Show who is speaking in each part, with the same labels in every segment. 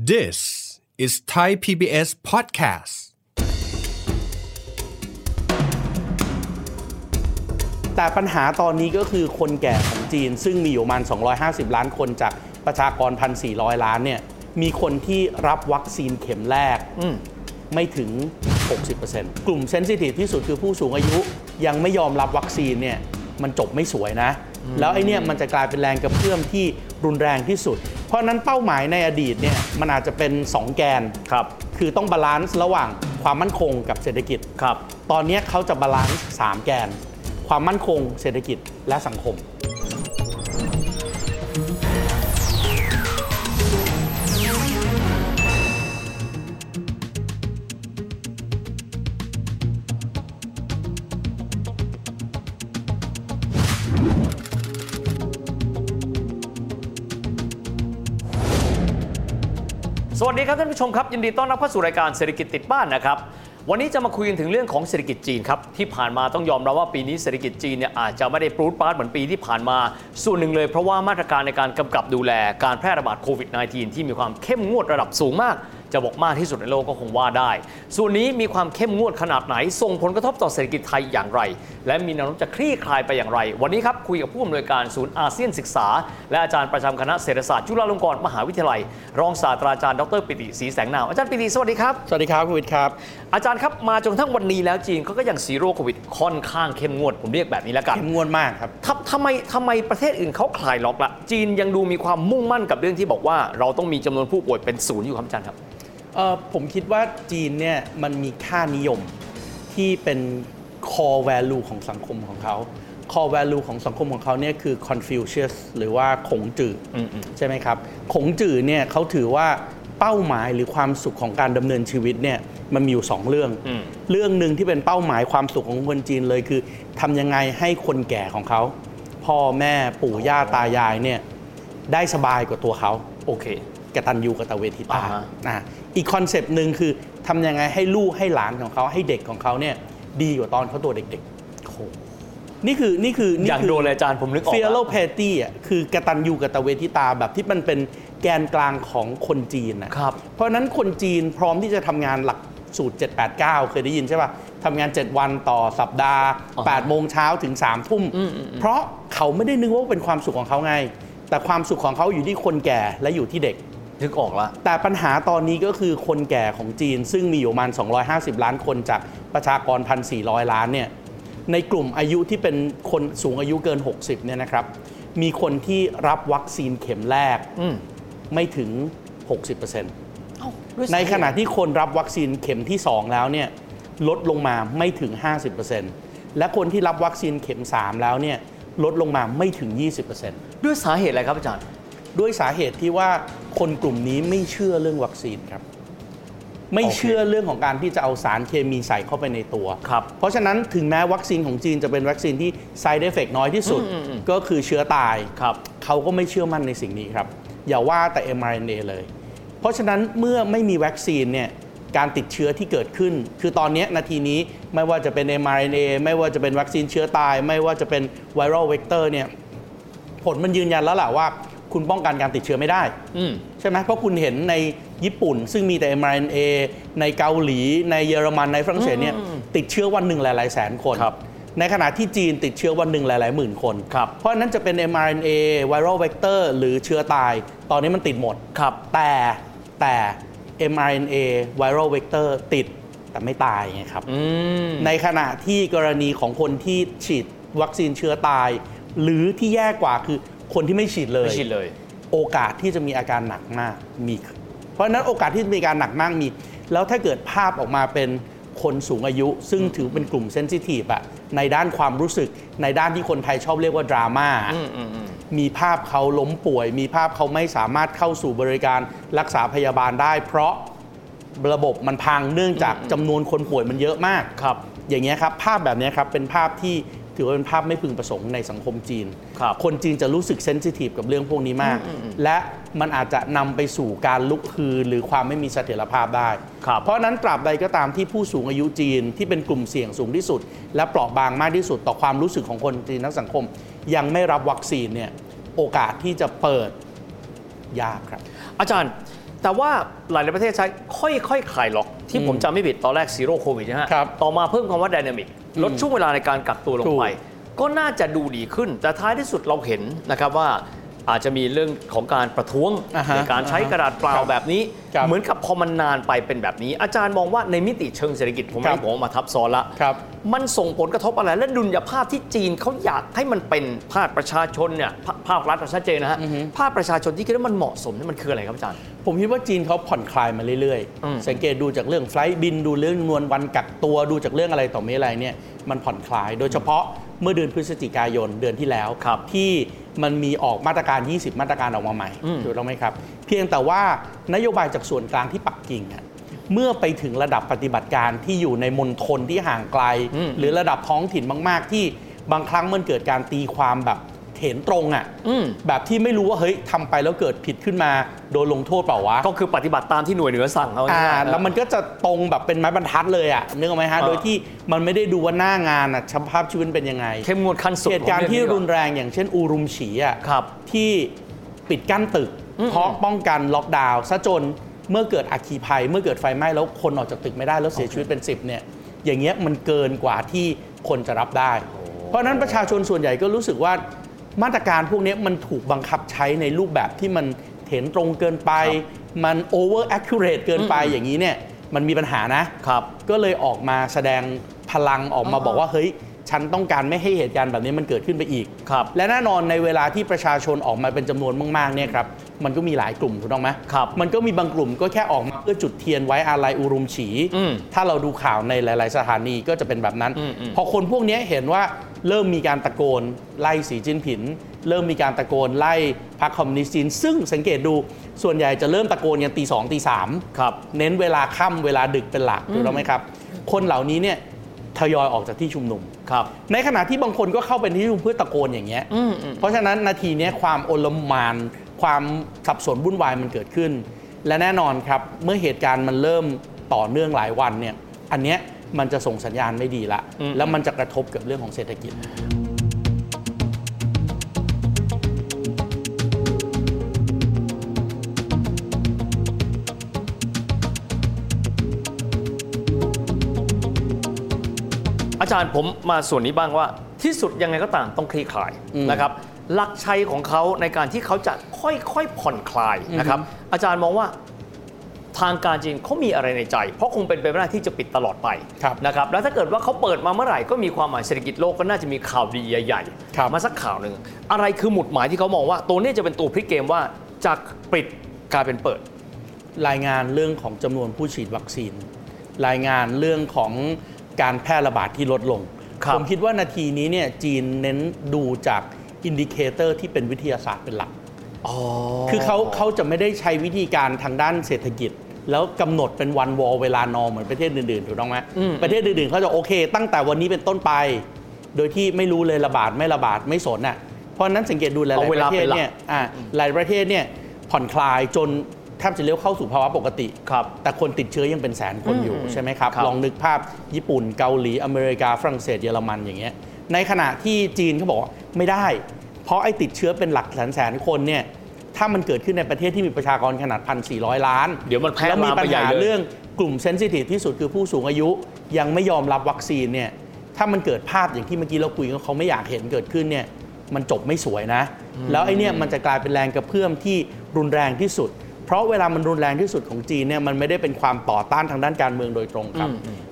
Speaker 1: This is Thai PBS podcast.
Speaker 2: แต่ปัญหาตอนนี้ก็คือคนแก่ของจีน ซึ่งมีอยู่ประมาณ 250 ล้านคนจากประชากร 1,400 ล้านเนี่ยมีคนที่รับวัคซีนเข็มแรกไม่ถึง 60%กลุ่มเซนซิทีฟที่สุดคือผู้สูงอายุยังไม่ยอมรับวัคซีนเนี่ยมันจบไม่สวยนะ แล้วไอ้เนี่ยมันจะกลายเป็นแรงกระเพื่อมที่รุนแรงที่สุด เพราะฉะนั้นเป้าหมายในอดีตเนี่ยมันอาจจะเป็น 2 แกนครับ คือต้องบาลานซ์ระหว่างความมั่นคงกับเศรษฐกิจครับ ตอนเนี้ยเขาจะบาลานซ์สามแกน ความมั่นคงเศรษฐกิจและสังคม
Speaker 3: สวัสดีครับท่านผู้ชมครับยินดีต้อนรับเข้าสู่รายการเศรษฐกิจติดบ้านนะครับวันนี้จะมาคุยกันถึงเรื่องของเศรษฐกิจจีนครับที่ผ่านมาต้องยอมรับว่าปีนี้เศรษฐกิจจีนเนี่ยอาจจะไม่ได้ปรูดปราดเหมือนปีที่ผ่านมา ส่วนหนึ่งเลยเพราะว่ามาตรการในการกำกับดูแลการแพร่ระบาดโควิด -19 ที่มีความเข้มงวดระดับสูงมาก จะบอกมากที่สุดในโลกก็คงว่าได้ ส่วนนี้มีความเข้มงวดขนาดไหนส่งผลกระทบต่อเศรษฐกิจไทยอย่างไร และมีแนวโน้มจะคลี่คลายไปอย่างไร วันนี้ครับคุยกับผู้อำนวยการศูนย์อาเซียนศึกษา และอาจารย์ประจำคณะเศรษฐศาสตร์จุฬาลงกรณ์มหาวิทยาลัย รองศาสตราจารย์ดรปิติศรีแสงนามอาจารย์ปิติสวัสดีครับ
Speaker 2: สวัสดีครับคุณวิทย์ครับ
Speaker 3: อาจารย์ครับ มาจนกระทั้งวันนี้แล้วจีนเขาก็ยังซีโร่โควิดค่อนข้างเข้มงวดผมเรียกแบบนี้แล้วกัน
Speaker 2: เข้มงวดมากครับ
Speaker 3: ทำทำไมทำไมประเทศอื่นเขาคลายล็อกละจีนยังดูมีความมุ่งมั่นกับเรื่องที่บอกว่า เราต้องมีจำนวนผู้ป่วยเป็นศูนย์อยู่ครับอาจารย์ครับ
Speaker 2: เอ่อผมคิดว่าจีนเนี่ยมันมีค่านิยมที่เป็น core value ของสังคมของเขา core value ของสังคมของเขาเนี่ยคือ Confucius หรือว่าขงจื่ออ
Speaker 3: ม
Speaker 2: ใช่ไหมครับขงจื่อเนี่ยเขาถือว่าเป้าหมายหรือความสุขของการดำเนินชีวิตเนี่ยมันมีอยู่ 2 เรื่อง
Speaker 3: อืม
Speaker 2: เรื่องหนึ่งที่เป็นเป้าหมายความสุขของคนจีนเลยคือทำยังไงให้คนแก่ของเขา พ่อแม่ปู่ย่าตายายเนี่ยได้สบายกว่าตัวเขา
Speaker 3: โอเค
Speaker 2: กตัญญูกตเวทิตา
Speaker 3: อ่าฮะ
Speaker 2: อ่ะอีกคอนเซปต์หนึ่งคือทำยังไงให้ลูกให้หลานของเขาให้เด็กของเขาเนี่ยดีกว่าตอนเขาตัวเด็กๆ นี่คือนี่คือนี่
Speaker 3: อย่าง
Speaker 2: คื
Speaker 3: โดนเลยอาจารย์ผมนึกออก
Speaker 2: f ีย
Speaker 3: ละ
Speaker 2: l โลเพตี้อ่ะคือกตัญญูกตเวทิตาแบบที่มันเป็นแกนกลางของคนจีนนะครับ เพราะฉะนั้นคนจีนพร้อมที่จะทำงานหลักสูตร 789 เคยได้ยินใช่ป่ะทำงาน 7 วันต่อสัปดาห์
Speaker 3: อ่าฮะ
Speaker 2: 8 โมงเช้าถึง 3 ทุ่ม
Speaker 3: อืมอืมอืม
Speaker 2: เพราะเขาไม่ได้นึกว่าเป็นความสุขของเขาไง แต่ความสุขของเขาอยู่ที่คนแก่และอยู่ที่เด็ก
Speaker 3: นึกออกละ
Speaker 2: แต่ปัญหาตอนนี้ก็คือคนแก่ของจีน ซึ่งมีอยู่ประมาณ 250 ล้านคนจากประชากร 1,400 ล้านเนี่ยในกลุ่มอายุที่เป็นคนสูงอายุเกิน 60เนี่ยนะครับ มีคนที่รับวัคซีนเข็มแรก
Speaker 3: อืม
Speaker 2: ไม่ถึง 60%ในขณะที่คนรับวัคซีนเข็มที่ 2 แล้วเนี่ยลดลงมาไม่ถึง 50%และคนที่รับวัคซีนเข็ม 3 แล้วเนี่ยลดลงมาไม่ถึง 20%
Speaker 3: ด้วยสาเหตุอะไรครับอาจารย์
Speaker 2: ด้วยสาเหตุที่ว่าคนกลุ่มนี้ไม่เชื่อเรื่องวัคซีนครับ ไม่
Speaker 3: โอเค
Speaker 2: เชื่อเรื่องของการที่จะเอาสารเคมีใส่เข้าไปในตัว
Speaker 3: ครับ
Speaker 2: เพราะฉะนั้นถึงแม้วัคซีนของจีนจะเป็นวัคซีนที่ side effect น้อยที่สุด
Speaker 3: อืมอืมอืม
Speaker 2: ก็คือเชื้อตาย
Speaker 3: ครับ
Speaker 2: เขาก็ไม่เชื่อมั่นในสิ่งนี้ครับ อย่าว่าแต่ mRNA เลย เพราะฉะนั้นเมื่อไม่มีวัคซีนเนี่ยการติดเชื้อที่เกิดขึ้น คือตอนเนี้ยนาทีนี้ไม่ว่าจะเป็น mRNA ไม่ว่าจะเป็นวัคซีนเชื้อตาย ไม่ว่าจะเป็นไวรัลเวกเตอร์เนี่ยผลมันยืนยันแล้วแหละว่า คุณป้องกันการติดเชื้อไม่ได้
Speaker 3: อืม
Speaker 2: ใช่ไหมเพราะคุณเห็นในญี่ปุ่น ซึ่งมีแต่ mRNA ในเกาหลี ในเยอรมันในฝรั่งเศสเนี่ยติดเชื้อวันหนึ่งหลาย ๆ แสนคน
Speaker 3: ครับ
Speaker 2: ในขณะที่จีนติดเชื้อวันหนึ่งหลาย ๆ หมื่นคน
Speaker 3: ครับ
Speaker 2: เพราะฉะนั้นจะเป็น mRNA viral vector หรือเชื้อตาย ตอนนี้มันติดหมด
Speaker 3: ครับ
Speaker 2: แต่แต่ mRNA viral vector ติดแต่ไม่ตายไงครับ
Speaker 3: อืม
Speaker 2: ในขณะที่กรณีของคนที่ฉีดวัคซีนเชื้อตาย หรือที่แย่กว่าคือคนที่ไม่ฉีดเลย
Speaker 3: ไม่ชินเลย
Speaker 2: โอกาสที่จะมีอาการหนักมากมี เพราะฉะนั้นโอกาสที่จะมีอาการหนักมากมี แล้วถ้าเกิดภาพออกมาเป็นคนสูงอายุ ซึ่งถือเป็นกลุ่มเซนซิทีฟอะในด้านความรู้สึก ในด้านที่คนไทยชอบเรียกว่าดราม่า
Speaker 3: อืมอืมอืม
Speaker 2: มีภาพเขาล้มป่วย มีภาพเขาไม่สามารถเข้าสู่บริการรักษาพยาบาลได้ เพราะระบบมันพังเนื่องจากจำนวนคนป่วยมันเยอะมาก
Speaker 3: ครับ
Speaker 2: อย่างเงี้ยครับ ภาพแบบเนี้ยครับเป็นภาพที่ถือว่าเป็นภาพไม่พึงประสงค์ในสังคมจีน
Speaker 3: ครับ
Speaker 2: นจีนจะรู้สึกเซนซิทีฟกับเรื่องพวกนี้มาก
Speaker 3: อืมอืมอืม
Speaker 2: และมันอาจจะนำไปสู่การลุกฮือหรือความไม่มีเสถียรภาพได้
Speaker 3: ครับ
Speaker 2: เพราะฉะนั้นตราบใดก็ตามที่ผู้สูงอายุจีนที่เป็นกลุ่มเสี่ยงสูงที่สุด และเปราะบางมากที่สุดต่อความรู้สึกของคนจีนทั้งสังคม ยังไม่รับวัคซีนเนี่ยโอกาสที่จะเปิดยากครับ
Speaker 3: อาจารย์ แต่ว่าหลาย ๆ ประเทศใช้ค่อยๆคคลายล็อก ที่ผมจำไม่ผิดตอนแรกซีโร่โควิดนะฮะ
Speaker 2: ครับ
Speaker 3: ต่อมาเพิ่มคำว่า d y นามิกลดช่วงเวลาในการกักตัวลง
Speaker 2: ถูก
Speaker 3: ไป ก็น่าจะดูดีขึ้น แต่ท้ายที่สุดเราเห็นนะครับว่าอาจจะมีเรื่องของการประท้วง
Speaker 2: อ่าฮะ
Speaker 3: ในการใช้กระดาษเปล่าแบบนี้
Speaker 2: ครับ
Speaker 3: เหมือนกับพอมันนานไปเป็นแบบนี้ อาจารย์มองว่าในมิติเชิงเศรษฐกิจผม
Speaker 2: ครั
Speaker 3: ไม่
Speaker 2: บ
Speaker 3: ผมเอามาทับซ้อนละ
Speaker 2: ครับ
Speaker 3: มันส่งผลกระทบอะไร และดุลยภาพที่จีนเขาอยากให้มันเป็นภาคประชาชนเนี่ยภาภาครัฐชัดเจนนะฮะภาคประชาชนที่คิดว่ามันเหมาะสมเนี่ยมันคืออะไรครับอาจารย์
Speaker 2: ผมคิดว่าจีนเขาผ่อนคลายมาเรื่อย
Speaker 3: อืม
Speaker 2: ๆ สังเกตดูจากเรื่องไฟลท์บินดูเรื่องจำนวนวันกักตัวดูจากเรื่องอะไรต่อมีอะไรเนี่ยมันผ่อนคลาย โดยเฉพาะเมื่อเดือนพฤศจิกายนเดือนที่แล้ว
Speaker 3: ครับ
Speaker 2: ที่มันมีออกมาตรการ 20 มาตรการออกมาใหม่
Speaker 3: อืม
Speaker 2: ถูกต้องไหมครับ เพียงแต่ว่านโยบายจากส่วนกลางที่ปักกิ่งอะเมื่อไปถึงระดับปฏิบัติการที่อยู่ในมณฑลที่ห่างไกล หรือระดับท้องถิ่นมาก ๆ ที่บางครั้งมันเกิดการตีความแบบเห็นตรงอะ
Speaker 3: อืม
Speaker 2: แบบที่ไม่รู้ว่าเฮ้ยทำไปแล้วเกิดผิดขึ้นมาโดนลงโทษเปล่าวะ
Speaker 3: ก็คือปฏิบัติตามที่หน่วยเหนือสั่งเขา
Speaker 2: อ่า
Speaker 3: ง่ายๆ
Speaker 2: แล้วมันก็จะตรงแบบเป็นไม้บรรทัดเลยอ่ะนึกออกไหมฮะ
Speaker 3: อ่า
Speaker 2: โดยที่มันไม่ได้ดูว่าหน้างานอ่ะสภาพชีวิตเป็นยังไง
Speaker 3: เข้มงวดขั้นสุด
Speaker 2: เหตุการณ์ที่รุน
Speaker 3: ของเอง
Speaker 2: แรงอย่างเช่นอูรุมฉีอ่ะ
Speaker 3: นี้ครับ
Speaker 2: ที่ปิดกั้นตึก
Speaker 3: อืม
Speaker 2: เพราะป้องกันล็อกดาวน์ซะจนเมื่อเกิดอัคคีภัย เมื่อเกิดไฟไหม้แล้วคนออกจากตึกไม่ได้แล้วเสียชีวิตเป็น 10เนี่ยอย่างเงี้ยมันเกินกว่าที่คนจะรับได้ เพราะฉะนั้นประชาชนส่วนใหญ่ก็รู้สึกว่ามาตรการพวกเนี้ยมันถูกบังคับใช้ในรูปแบบที่มันเห็นตรงเกินไป มัน over accurate เกินไปอย่างนี้เนี่ยมันมีปัญหานะ
Speaker 3: ครับ
Speaker 2: ก็เลยออกมาแสดงพลังออกมาบอกว่าเฮ้ย ฉันต้องการไม่ให้เหตุการณ์แบบนี้มันเกิดขึ้นไปอีก
Speaker 3: ครับ
Speaker 2: และแน่นอนในเวลาที่ประชาชนออกมาเป็นจำนวนมากๆเนี่ยครับมันก็มีหลายกลุ่มถูกต้องไหม
Speaker 3: ครับ
Speaker 2: มันก็มีบางกลุ่มก็แค่ออกมาเพื่อจุดเทียนไว้อาลัยอุรุมฉี
Speaker 3: อืม
Speaker 2: ถ้าเราดูข่าวในหลาย ๆ สถานีก็จะเป็นแบบนั้น
Speaker 3: อืมอืม
Speaker 2: พอคนพวกเนี้ยเห็นว่าเริ่มมีการตะโกนไล่สีจิ้นผิน เริ่มมีการตะโกนไล่พรรคคอมมิวนิสต์จีนซึ่งสังเกตดูส่วนใหญ่จะเริ่มตะโกนกันตีสองตีสาม
Speaker 3: ครับ
Speaker 2: เน้นเวลาค่ำเวลาดึกเป็นหลักถูกต้องไหมครับ คนเหล่านี้เนี่ยทยอยออกจากที่ชุมนุม
Speaker 3: ครับ
Speaker 2: ในขณะที่บางคนก็เข้าไปที่ชุมนุมเพื่อตะโกนอย่างเงี้ย
Speaker 3: อืมอืม
Speaker 2: เพราะฉะนั้นนาทีเนี้ยความโอลหมาน ความสับสนวุ่นวายมันเกิดขึ้น และแน่นอนครับ เมื่อเหตุการณ์มันเริ่มต่อเนื่องหลายวันเนี่ยอันเนี้ยมันจะส่งสัญญาณไม่ดีละ
Speaker 3: อืม
Speaker 2: แล้วมันจะกระทบกับเรื่องของเศรษฐกิจ
Speaker 3: อาจารย์ผมมาส่วนนี้บ้างว่า ที่สุดยังไงก็ตามต้องคลี่คลาย
Speaker 2: อืม
Speaker 3: นะครับหลักชัยของเขาในการที่เขาจะค่อยๆผ่อนคลายนะครับ
Speaker 2: อือฮึ
Speaker 3: อาจารย์มองว่าทางการจีนเขามีอะไรในใจ เพราะคงเป็นไปไม่ได้ที่จะปิดตลอดไป
Speaker 2: ครับ
Speaker 3: นะครับ แล้วถ้าเกิดว่าเขาเปิดมาเมื่อไหร่ก็มีความหมายเศรษฐกิจโลกก็น่าจะมีข่าวดีใหญ่
Speaker 2: ครับ
Speaker 3: ๆมาสักข่าวหนึ่งอะไรคือหมุดหมายที่เขามองว่าตัวนี้จะเป็นตัวพลิกเกมว่าจากปิดกลายเป็นเปิด
Speaker 2: รายงานเรื่องของจำนวนผู้ฉีดวัคซีน รายงานเรื่องของการแพร่ระบาดที่ลดลง
Speaker 3: ครับ
Speaker 2: ผมคิดว่านาทีนี้เนี่ยจีนเน้นดูจากอินดิเคเตอร์ที่เป็นวิทยาศาสตร์เป็นหลัก คือเขาเขาจะไม่ได้ใช้วิธีการทางด้านเศรษฐกิจ แล้วกำหนดเป็นวันวอลเวลานอเหมือนประเทศอื่นๆถูกต้องไหม
Speaker 3: อืม
Speaker 2: ประเทศอื่นๆเขาจะโอเค ตั้งแต่วันนี้เป็นต้นไป โดยที่ไม่รู้เลยระบาดไม่ระบาดไม่สนอ่ะเพราะฉะนั้นสังเกตดูหลาย
Speaker 3: เอา
Speaker 2: ๆ
Speaker 3: เว
Speaker 2: ป
Speaker 3: ลา
Speaker 2: ระเท
Speaker 3: เป็
Speaker 2: ศ
Speaker 3: นหลัก
Speaker 2: เนี่ยอ่ะหลายประเทศเนี่ยผ่อนคลายจนแทบจะเลี้ยวเข้าสู่ภาวะปกติ
Speaker 3: ครับ
Speaker 2: แต่คนติดเชื้อยังเป็นแสนคนอยู่
Speaker 3: อืม
Speaker 2: ใช่ไหมครับ
Speaker 3: ครับ
Speaker 2: ลองนึกภาพญี่ปุ่นเกาหลีอเมริกาฝรั่งเศสเยอรมันอย่างเงี้ยในขณะที่จีนเขาบอกว่าไม่ได้ เพราะไอ้ติดเชื้อเป็นหลักแสนแสนคนเนี่ยถ้ามันเกิดขึ้นในประเทศที่มีประชากรขนาด 1,400 ล้าน
Speaker 3: เดี๋ยวมันแพร่
Speaker 2: ล้วมี
Speaker 3: ลาม
Speaker 2: ปั
Speaker 3: ไป
Speaker 2: ญ
Speaker 3: ใหญ่
Speaker 2: หา
Speaker 3: เลย
Speaker 2: เรื่องกลุ่มเซนซิทีฟที่สุดคือผู้สูงอายุยังไม่ยอมรับวัคซีนเนี่ยถ้ามันเกิดภาพอย่างที่เมื่อกี้เราคุยกันเขาไม่อยากเห็นเกิดขึ้นเนี่ยมันจบไม่สวยนะ แล้วไอ้เนี่ยมันจะกลายเป็นแรงกระเพื่อมที่รุนแรงที่สุด เพราะเวลามันรุนแรงที่สุดของจีนเนี่ยมันไม่ได้เป็นความต่อต้านทางด้านการเมืองโดยตรงครับ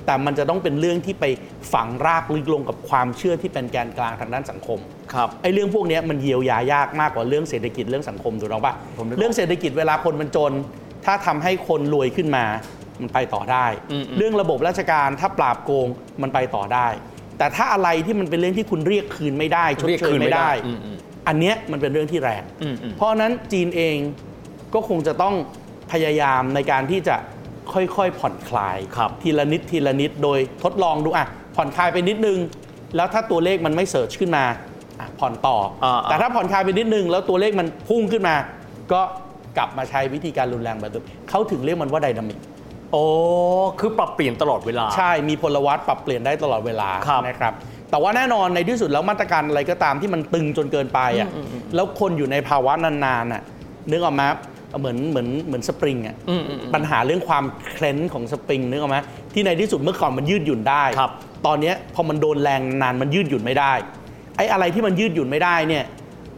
Speaker 2: แต่มันจะต้องเป็นเรื่องที่ไปฝังรากลึกลงกับความเชื่อที่เป็นแกนกลางทางด้านสังคม
Speaker 3: ครับ
Speaker 2: ไอ้เรื่องพวกเนี้ยมันเยียวยายากมากกว่าเรื่องเศรษฐกิจเรื่องสังคมถูกต้องปะ
Speaker 3: ผมนึกออก
Speaker 2: เรื่องเศรษฐกิจเวลาคนมันจน ถ้าทำให้คนรวยขึ้นมามันไปต่อได้
Speaker 3: อืมๆ
Speaker 2: เรื่องระบบราชการถ้าปราบโกงมันไปต่อได้ แต่ถ้าอะไรที่มันเป็นเรื่องที่คุณเรียกคืนไม่ได้ชด
Speaker 3: เรียก
Speaker 2: เชย
Speaker 3: คืน
Speaker 2: ไม่
Speaker 3: ไม่ได้
Speaker 2: ได้
Speaker 3: อืมอืม
Speaker 2: อันเนี้ยมันเป็นเรื่องที่แรง
Speaker 3: อืมอืม
Speaker 2: เพราะฉะนั้นจีนเองก็คงจะต้องพยายามในการที่จะค่อยๆผ่อนคลาย
Speaker 3: ครับ
Speaker 2: ทีละนิดทีละนิดโดยทดลองดูอ่ะผ่อนคลายไปนิดนึง แล้วถ้าตัวเลขมันไม่เสิร์ชขึ้นมาอ่ะผ่อนต่ออา แต่ถ้าผ่อนคลายไปนิดนึง แล้วตัวเลขมันพุ่งขึ้นมา ก็กลับมาใช้วิธีการรุนแรงแบบเดิมเขาถึงเรียกมันว่าไดนามิก
Speaker 3: โอ้คือปรับเปลี่ยนตลอดเวลา
Speaker 2: ใช่ มีพลวัตปรับเปลี่ยนได้ตลอดเวลา
Speaker 3: ครับ
Speaker 2: นะครับ แต่ว่าแน่นอนในที่สุดแล้วมาตรการอะไรก็ตามที่มันตึงจนเกินไปอ่ะ แล้วคนอยู่ในภาวะนานๆน่ะ นึกออกไหม เหมือนเหมือนเหมือนสปริงอ่ะปัญหาเรื่องความเคลนของสปริงนึกออกไหมที่ในที่สุดเมื่อก่อนมันยืดหยุ่นได้
Speaker 3: ครับ
Speaker 2: ตอนเนี้ยพอมันโดนแรงนานมันยืดหยุ่นไม่ได้ไอ้อะไรที่มันยืดหยุ่นไม่ได้เนี่ย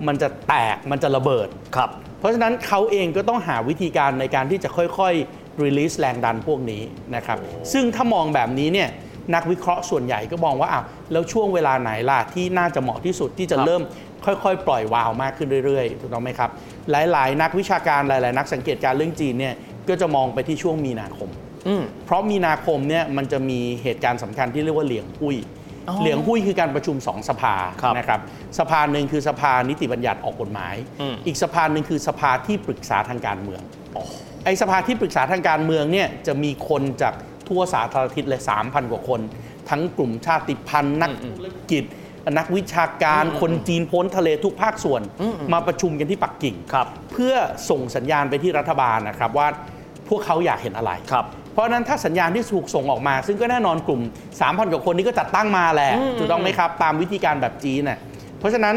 Speaker 2: มันจะแตกมันจะระเบิด
Speaker 3: ครับ
Speaker 2: เพราะฉะนั้นเขาเองก็ต้องหาวิธีการในการที่จะค่อยๆ release แรงดันพวกนี้นะครับ ซึ่งถ้ามองแบบนี้เนี่ยนักวิเคราะห์ส่วนใหญ่ก็มองว่าอ้าวแล้วช่วงเวลาไหนล่ะที่น่าจะเหมาะที่สุดที่จะ
Speaker 3: ครับ
Speaker 2: เริ่มค่อยๆ ปล่อยวาวมากขึ้นเรื่อยๆ ถูกต้องไหมครับ หลายๆ นักวิชาการหลาย ๆ นักสังเกตการณ์เรื่องจีนเนี่ยก็จะมองไปที่ช่วงมีนาคม
Speaker 3: อืม
Speaker 2: เพราะมีนาคมเนี่ยมันจะมีเหตุการณ์สำคัญที่เรียกว่าเหลียงหุ้ย
Speaker 3: อ๋อ
Speaker 2: เหลียงหุ้ยคือการประชุมสองสภา
Speaker 3: ครับ
Speaker 2: นะครับสภาหนึ่งคือสภานิติบัญญัติออกกฎหมาย
Speaker 3: อืม
Speaker 2: อีกสภาหนึ่งคือสภาที่ปรึกษาทางการเมืองไอ้สภาที่ปรึกษาทางการเมืองเนี่ยจะมีคนจากทั่วสาธารณทิศเลย3,000 กว่าคน ทั้งกลุ่มชาติพันธุ์นักธุรกิจ นักวิชาการคนจีนพ้นทะเลทุกภาคส่วน มาประชุมกันที่ปักกิ่ง
Speaker 3: ครับ
Speaker 2: เพื่อส่งสัญญาณไปที่รัฐบาลนะครับว่าพวกเขาอยากเห็นอะไร
Speaker 3: ครับ
Speaker 2: เพราะฉะนั้นถ้าสัญญาณที่ถูกส่งออกมา ซึ่งก็แน่นอนกลุ่ม 3,000 กว่าคนนี้ก็จัดตั้งมาแหละถูกต้องไหมครับ ตามวิธีการแบบจีนน่ะเพราะฉะนั้น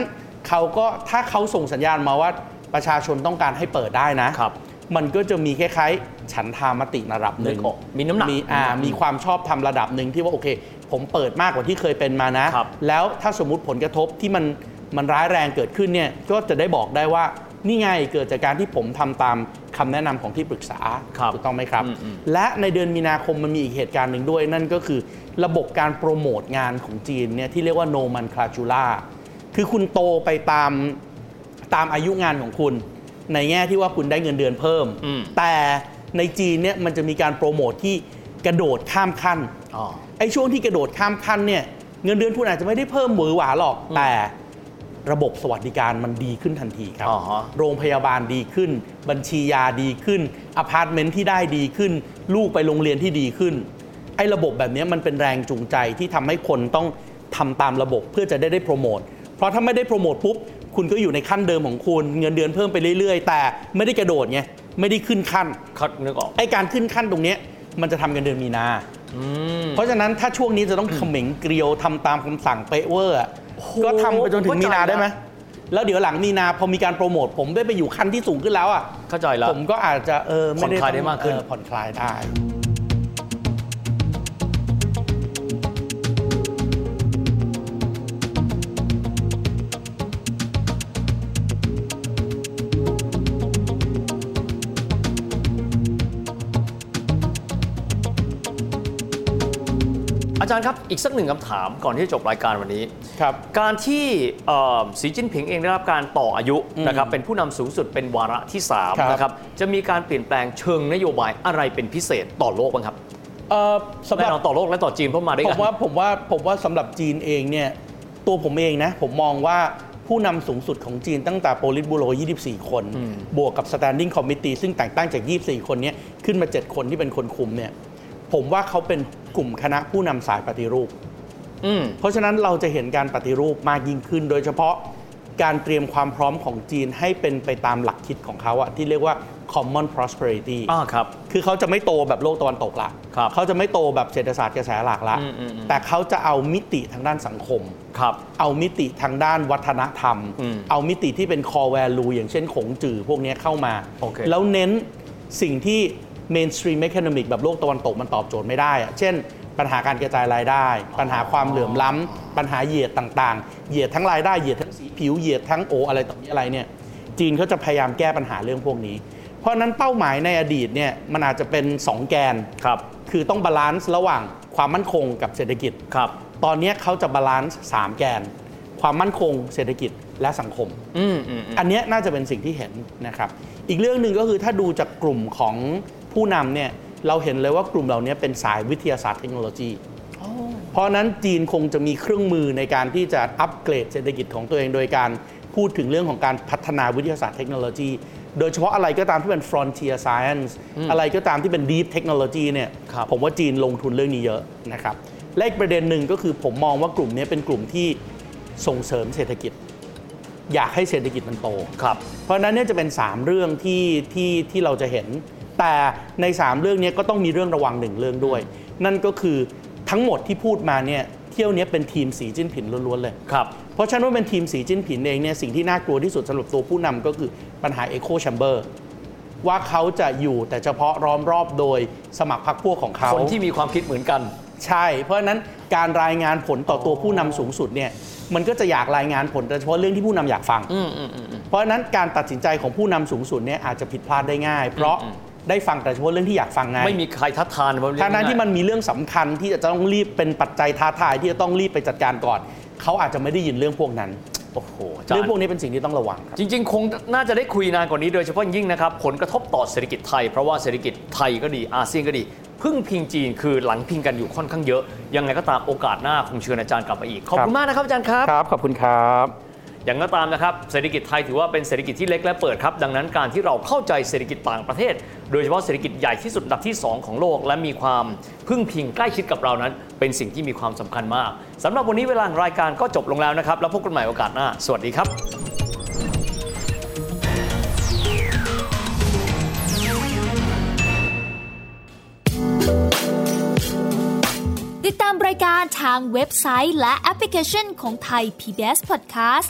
Speaker 2: เขาก็ถ้าเขาส่งสัญญาณมาว่าประชาชนต้องการให้เปิดได้นะ
Speaker 3: ครับ
Speaker 2: มันก็จะมีคล้ายๆ ฉันทามติระดับหนึ่ง
Speaker 3: นึกออกมีน้ำหนัก
Speaker 2: มีอ่ามีความชอบทำระดับหนึ่งที่ว่าโอเค ผมเปิดมากกว่าที่เคยเป็นมานะ
Speaker 3: ครับ
Speaker 2: แล้วถ้าสมมติผลกระทบที่มันมันร้ายแรงเกิดขึ้นเนี่ยก็จะได้บอกได้ว่านี่ไงเกิดจากการที่ผมทำตามคำแนะนำของที่ปรึกษา
Speaker 3: ครับ
Speaker 2: ถูกต้องไหมครับ
Speaker 3: อืมอืม
Speaker 2: และในเดือนมีนาคมมันมีอีกเหตุการณ์หนึ่งด้วย นั่นก็คือระบบการโปรโมทงานของจีนเนี่ยที่เรียกว่าโนมันคลาจูล่าคือคุณโตไปตามตามอายุงานของคุณ ในแง่ที่ว่าคุณได้เงินเดือนเพิ่ม
Speaker 3: อืม
Speaker 2: แต่ในจีนเนี่ยมันจะมีการโปรโมทที่กระโดดข้ามขั้น
Speaker 3: อ๋อ
Speaker 2: ไอ้ช่วงที่กระโดดข้ามขั้นเนี่ยเงินเดือนคุณอาจจะไม่ได้เพิ่มหวือหวาหรอก แต่ระบบสวัสดิการมันดีขึ้นทันทีครับ
Speaker 3: อ๋อฮะ
Speaker 2: โรงพยาบาลดีขึ้น บัญชียาดีขึ้นอพาร์ตเมนต์ที่ได้ดีขึ้น ลูกไปโรงเรียนที่ดีขึ้น ไอ้ระบบแบบเนี้ยมันเป็นแรงจูงใจที่ทำให้คนต้องทำตามระบบเพื่อจะได้ได้โปรโมทเพราะถ้าไม่ได้โปรโมทปุ๊บคุณก็อยู่ในขั้นเดิมของคุณ เงินเดือนเพิ่มไปเรื่อยๆ แต่ไม่ได้กระโดดไงไม่ได้ขึ้นขั้น
Speaker 3: คัดนึกออก
Speaker 2: ไอ้การขึ้นขั้นตรงเนี้ยมันจะทำกันเดือนมีนา เพราะฉะนั้นถ้าช่วงนี้จะต้องเขม็งเกลียวทำตามคำสั่งเป๊ะเวอร์อะก็ทำไปจนถึงมีนาได้ไหมแล้วเดี๋ยวหลังมีนาพอมีการโปรโมท ผมได้ไปอยู่ขั้นที่สูงขึ้นแล้วอ่ะ
Speaker 3: เข้าใจแล้ว
Speaker 2: ผมก็อาจจะเออม่
Speaker 3: ผ่อนคลายได้มากขึ้น
Speaker 2: เออผ่อนคลายได้
Speaker 3: อาจารย์ครับ อีกสักหนึ่งคำถามก่อนที่จะจบรายการวันนี้
Speaker 2: ครับ
Speaker 3: การที่เอ่อสีจิ้นผิงเองได้รับการต่ออายุ
Speaker 2: อืม
Speaker 3: นะครับเป็นผู้นำสูงสุดเป็นวาระที่
Speaker 2: ครับ
Speaker 3: 3นะครับจะมีการเปลี่ยนแปลงเชิงนโยบายอะไรเป็นพิเศษต่อโลกบ้างครับ
Speaker 2: เอ่อสำห
Speaker 3: แน่
Speaker 2: รับ
Speaker 3: นอนต่อโลกและต่อจีนเพราะมาด้วย
Speaker 2: ผ
Speaker 3: กัน
Speaker 2: มว่าผมว่าผมว่าสำหรับจีนเองเนี่ยตัวผมเองนะผมมองว่าผู้นำสูงสุดของจีนตั้งแต่โปลิตบูโร 24 คน บวกกับ Standing Committee ซึ่งแต่งตั้งจาก 24 คนเนี้ขึ้นมา 7 คนที่เป็นคนคุมเนี่ยผมว่าเขาเป็นกลุ่มคณะผู้นำสายปฏิรูป
Speaker 3: อืม
Speaker 2: เพราะฉะนั้นเราจะเห็นการปฏิรูปมากยิ่งขึ้น โดยเฉพาะการเตรียมความพร้อมของจีนให้เป็นไปตามหลักคิดของเขาอะที่เรียกว่า common prosperity
Speaker 3: อ่าครับ
Speaker 2: คือเขาจะไม่โตแบบโลกตะวันตกละ
Speaker 3: ครับ
Speaker 2: เขาจะไม่โตแบบเศรษฐศาสตร์กระแสหลักละ
Speaker 3: อืมอืมอืม
Speaker 2: แต่เขาจะเอามิติทางด้านสังคม
Speaker 3: ครับ
Speaker 2: เอามิติทางด้านวัฒนธรรม
Speaker 3: อืม
Speaker 2: เอามิติที่เป็น core value อย่างเช่น ของจื่อพวกเนี้ยเข้ามา
Speaker 3: โอเค
Speaker 2: แล้วเน้นสิ่งที่ mainstream economic แบบโลกตะวันตกมันตอบโจทย์ไม่ได้อะเช่น ปัญหาการกระจายรายได้ ปัญหาความเหลื่อมล้ำปัญหาเหยียดต่างๆ เหยียดทั้งรายได้ เหยียดทั้งสีผิว เหยียดทั้งโออะไรต่อมีอะไรเนี่ย จีนเขาจะพยายามแก้ปัญหาเรื่องพวกนี้ เพราะฉะนั้นเป้าหมายในอดีตเนี่ยมันอาจจะเป็นสองแกน
Speaker 3: ครับ
Speaker 2: คือต้องบาลานซ์ระหว่างความมั่นคงกับเศรษฐกิจ
Speaker 3: ครับ
Speaker 2: ตอนนี้เขาจะบาลานซ์สามแกน ความมั่นคงเศรษฐกิจและสังคม
Speaker 3: อืมอืมอืม
Speaker 2: อันเนี้ยน่าจะเป็นสิ่งที่เห็นนะครับ อีกเรื่องหนึ่งก็คือถ้าดูจากกลุ่มของผู้นำเนี่ยเราเห็นเลยว่ากลุ่มเหล่านี้เป็นสายวิทยาศาสตร์เทคโนโลยี เพราะฉะนั้นจีนคงจะมีเครื่องมือในการที่จะอัปเกรดเศรษฐกิจของตัวเองโดยการพูดถึงเรื่องของการพัฒนาวิทยาศาสตร์เทคโนโลยี โดยเฉพาะอะไรก็ตามที่เป็น frontier science อะไรก็ตามที่เป็น deep technology เนี่ย
Speaker 3: ครับ
Speaker 2: ผมว่าจีนลงทุนเรื่องนี้เยอะนะครับและอีกประเด็นหนึ่งก็คือผมมองว่ากลุ่มนี้เป็นกลุ่มที่ส่งเสริมเศรษฐกิจ อยากให้เศรษฐกิจมันโต
Speaker 3: ครับ
Speaker 2: เพราะฉะนั้นเนี่ยจะเป็น 3 เรื่องที่ที่ที่เราจะเห็น แต่ใน 3 เรื่องเนี้ก็ต้องมีเรื่องระวังหนึ่งเรื่องด้วย นั่นก็คือทั้งหมดที่พูดมาเนี่ยเที่ยวเนี้ยเป็นทีมสีจิ้นผินล้วนๆเลย
Speaker 3: ครับ
Speaker 2: เพราะฉะนั้นว่าเป็นทีมสีจิ้นผินเองเนี่ยสิ่งที่น่ากลัวที่สุดสำหรับตัวผู้นำก็คือปัญหาเอโคแชมเบอร์ ว่าเขาจะอยู่แต่เฉพาะร้อมรอบโดยสมัครพรรคพวกของเขา
Speaker 3: คนที่มีความคิดเหมือนกัน
Speaker 2: ใช่ เพราะฉะนั้นการรายงานผลต่อตัวผู้นำสูงสุดเนี่ยมันก็จะอยากรายงานผลโดยเฉพาะเรื่องที่ผู้นำอยากฟัง เพราะฉะนั้นการตัดสินใจของผู้นำสูงสุดเนี่ยอาจจะผิดพลาดได้ง่าย เพราะได้ฟังแต่เฉพาะเรื่องที่อยากฟังไง
Speaker 3: ไม่มีใครทัดทานว่าเรื่อง
Speaker 2: ทางนั้น
Speaker 3: ง่าย
Speaker 2: ที่มันมีเรื่องสำคัญที่จะต้องรีบเป็นปัจจัยท้าทายที่จะต้องรีบไปจัดการก่อน เขาอาจจะไม่ได้ยินเรื่องพวกนั้น
Speaker 3: โอ้โหาจาร
Speaker 2: เรื่องพวก
Speaker 3: ย์
Speaker 2: นี้เป็นสิ่งที่ต้องระวังครับ
Speaker 3: จริง ๆ คงน่าจะได้คุยนานกว่านี้โดยเฉพาะอย่างยิ่งนะครับ ผลกระทบต่อเศรษฐกิจไทย เพราะว่าเศรษฐกิจไทยก็ดีอาเซียนก็ดี พึ่งพิงจีนคือหลังพิงกันอยู่ค่อนข้างเยอะ ยังไงก็ตามโอกาสหน้าคงเชิญอาจารย์กลับมาอีก ขอบคุณมากนะครับอาจารย์ครับ
Speaker 2: ครับ ขอบคุณครับ
Speaker 3: อย่างก็ตามนะครับเศรษฐกิจไทยถือว่าเป็นเศรษฐกิจที่เล็กและเปิดครับ ดังนั้นการที่เราเข้าใจเศรษฐกิจต่างประเทศ โดยเฉพาะเศรษฐกิจใหญ่ที่สุดอันดับที่ 2 ของโลก และมีความพึ่งพิงใกล้ชิดกับเรานั้น เป็นสิ่งที่มีความสำคัญมากสำหรับวันนี้เวลาของรายการก็จบลงแล้วนะครับ แล้วพบกันใหม่โอกาสหน้า สวัสดีครับ
Speaker 4: ติดตามรายการทางเว็บไซต์และแอปพลิเคชันของไทย PBS Podcast